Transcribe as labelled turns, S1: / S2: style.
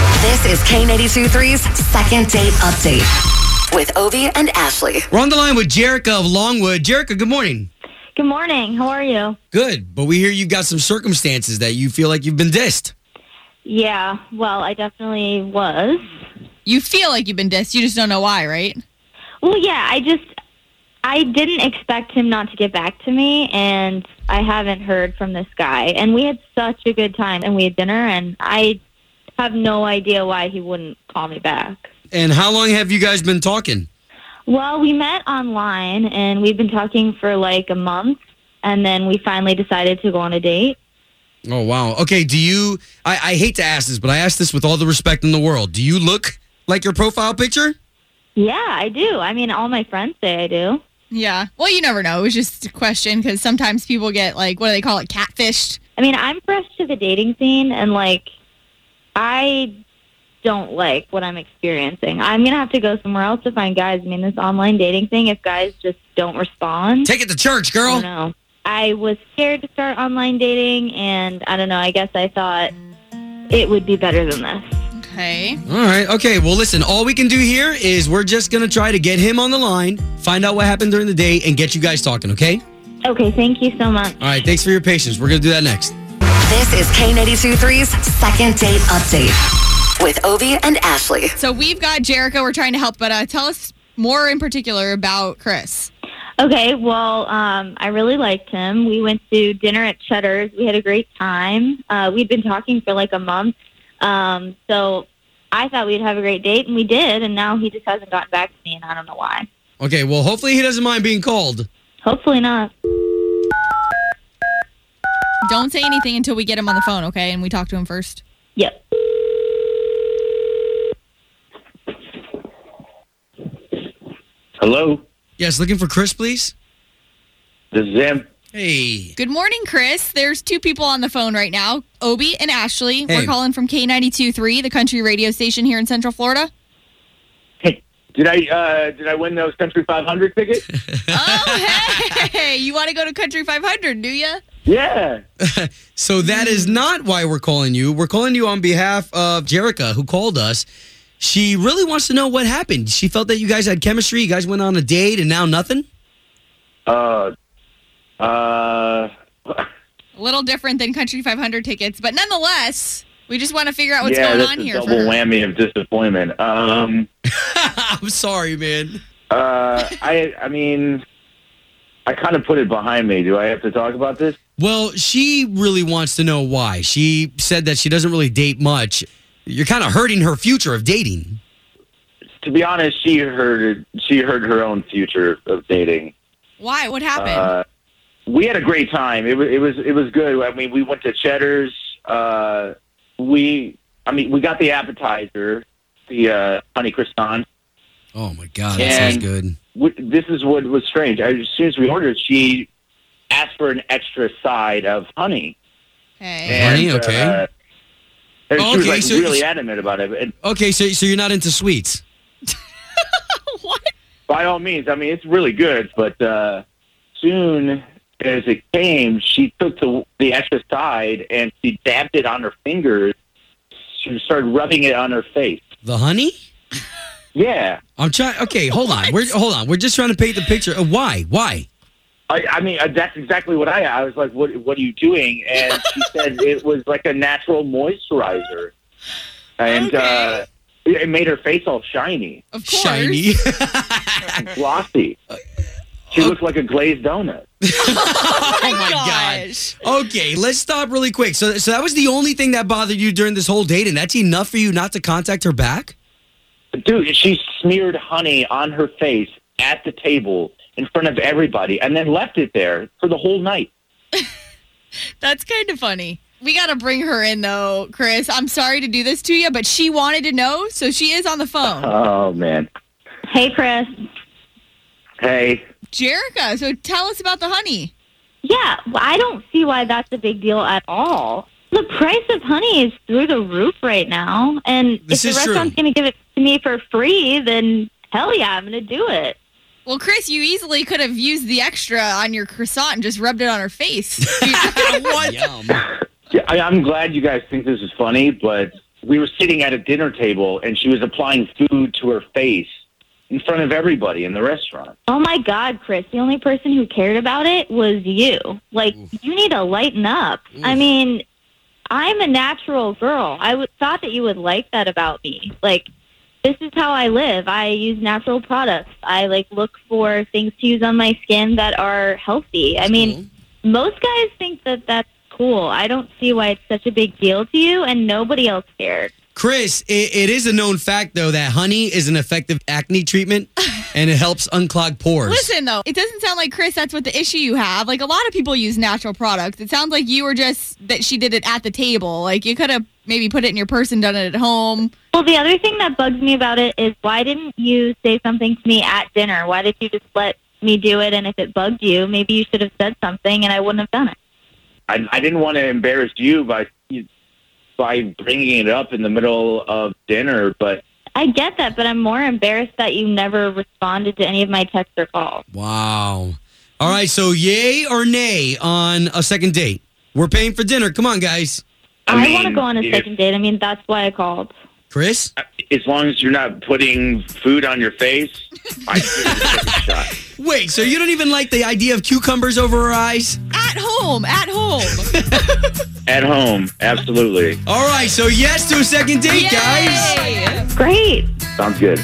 S1: This is K823's second date update with Ovi and Ashley.
S2: We're on the line with Jerica of Longwood. Jerica, good morning.
S3: Good morning. How are you?
S2: Good, but we hear you've got some circumstances that you feel like you've been dissed.
S3: Yeah, well, I definitely was.
S4: You feel like you've been dissed. You just don't know why, right?
S3: Well, yeah, I just I didn't expect him not to get back to me and I haven't heard from this guy. And we had such a good time and we had dinner and I have no idea why he wouldn't call me back.
S2: And how long have you guys been talking?
S3: Well, we met online and we've been talking for like a month and then we finally decided to go on a date.
S2: Oh wow. Okay, do you I, I hate to ask this, but I ask this with all the respect in the world. Do you look like your profile picture?
S3: Yeah, I do. I mean, all my friends say I do.
S4: Yeah. Well, you never know. It was just a question because sometimes people get like, what do they call it, catfished?
S3: I mean, I'm fresh to the dating scene and like I don't like what I'm experiencing. I'm going to have to go somewhere else to find guys. I mean, this online dating thing, if guys just don't respond,
S2: Take it to church,
S3: I
S2: girl.
S3: don't know. I was scared to start online dating and I don't know, I guess I thought it would be better than this.
S4: Okay.
S2: All right. Okay. Well, listen, all we can do here is we're just going to try to get him on the line, find out what happened during the day, and get you guys talking, okay?
S3: Okay, thank you so much.
S2: All right. Thanks for your patience. We're going to do that next.
S1: This is K823's second date update with Ovi and Ashley.
S4: So we've got Jericho. We're trying to help, but uh, tell us more in particular about Chris.
S3: Okay, well, um, I really liked him. We went to dinner at Cheddar's. We had a great time. Uh, we'd been talking for like a month. Um, so I thought we'd have a great date, and we did. And now he just hasn't gotten back to me, and I don't know why.
S2: Okay. Well, hopefully he doesn't mind being called.
S3: Hopefully not.
S4: Don't say anything until we get him on the phone, okay? And we talk to him first.
S3: Yep.
S5: Hello,
S2: Yes. Looking for Chris, please.
S5: this is him.
S2: Hey.
S4: Good morning, Chris. There's two people on the phone right now, Obi and Ashley.
S2: Hey.
S4: We're calling from K92.3, the country radio station here in Central Florida.
S5: Hey, did I uh, did I win those Country 500 tickets?
S4: Oh, hey. You want to go to Country 500, do you?
S5: yeah.
S2: So that is not why we're calling you. We're calling you on behalf of Jerica, who called us. She really wants to know what happened. She felt that you guys had chemistry. You guys went on a date, and now nothing.
S5: Uh,
S4: A
S5: uh,
S4: little different than Country 500 tickets, but nonetheless, we just want to figure out Oh, what's
S5: yeah,
S4: going
S5: that's
S4: on
S5: a
S4: here.
S5: double
S4: for her.
S5: whammy of disappointment. Um,
S2: I'm sorry, man.
S5: uh, I I mean, I kind of put it behind me. Do I have to talk about this?
S2: Well, she really wants to know why. She said that she doesn't really date much. You're kind of hurting her future of dating.
S5: To be honest, she heard she heard her own future of dating.
S4: Why? What happened?
S5: Uh, we had a great time. It was it was it was good. I mean, we went to Cheddar's. Uh, we I mean, we got the appetizer, the uh, honey croissant.
S2: Oh my god, that sounds
S5: And-
S2: good.
S5: We, this is what was strange. I, as soon as we ordered, she asked for an extra side of honey.
S4: okay.
S5: And,
S2: Honey, okay.
S5: Uh, and
S2: Oh,
S5: she was
S2: okay,
S5: like
S2: so-
S5: really adamant about it. And
S2: Okay, so so you're not into sweets.
S4: what?
S5: by all means, I mean it's really good. But uh, soon as it came, she took the the extra side and she dabbed it on her fingers. She started rubbing it on her face.
S2: The honey?
S5: Yeah,
S2: I'm trying. Okay, hold on. We're hold on. We're just trying to paint the picture. Uh, why? Why?
S5: I, I mean uh, that's exactly what I. I was like, "What? What are you doing?" And she said it was like a natural moisturizer, and
S4: Okay.
S5: uh, it it made her face all shiny,
S4: Of course.
S2: Shiny.
S5: glossy. She looked like a glazed donut.
S2: oh my god.
S4: Gosh.
S2: Okay, let's stop really quick. So so that was the only thing that bothered you during this whole date, and that's enough for you not to contact her back?
S5: Dude, she smeared honey on her face at the table in front of everybody, and then left it there for the whole night.
S4: That's kind of funny. We got to bring her in, though, Chris. I'm sorry to do this to you, but she wanted to know, so she is on the phone.
S5: Oh man!
S3: Hey, Chris.
S5: Hey,
S4: Jerica, so tell us about the honey.
S3: Yeah, well, I don't see why that's a big deal at all. The price of honey is through the roof right now, and
S2: This
S3: if
S2: is
S3: the
S2: true.
S3: restaurant's going to give it to me for free, then hell yeah, I'm going to do it.
S4: Well, Chris, you easily could have used the extra on your croissant and just rubbed it on her face. what?
S2: Yum.
S5: yeah, I, I'm glad you guys think this is funny, but we were sitting at a dinner table and she was applying food to her face in front of everybody in the restaurant.
S3: Oh my God, Chris, the only person who cared about it was you. Like, you need to lighten up. I mean, I'm a natural girl. I would, thought that you would like that about me. Like, this is how I live. I use natural products. I like look for things to use on my skin that are healthy. I mean, most guys think that that's cool. I don't see why it's such a big deal to you, and nobody else cared.
S2: Chris, it, it is a known fact though that honey is an effective acne treatment and it helps unclog pores.
S4: Listen though, it doesn't sound like Chris. That's what the issue you have. Like a lot of people use natural products. It sounds like you were just that she did it at the table. Like you could have maybe put it in your purse and done it at home.
S3: Well, the other thing that bugs me about it is why didn't you say something to me at dinner? Why did you just let me do it? And if it bugged you, maybe you should have said something, and I wouldn't have done it.
S5: I, I didn't want to embarrass you by by bringing it up in the middle of dinner, but
S3: I get that, but I'm more embarrassed that you never responded to any of my texts or calls.
S2: Wow. All right, so yay or nay on a second date? We're paying for dinner. Come on, guys.
S5: I
S3: I, want to
S5: mean,
S3: go on a
S5: if-
S3: second date. I mean, that's why I called.
S2: Chris?
S5: as long as you're not putting food on your face, I should take a shot.
S2: Wait, so you don't even like the idea of cucumbers over her eyes?
S4: At home. At home.
S5: At home, absolutely.
S2: All right, so yes to a second date, guys.
S4: Yay!
S3: Great.
S5: Sounds good.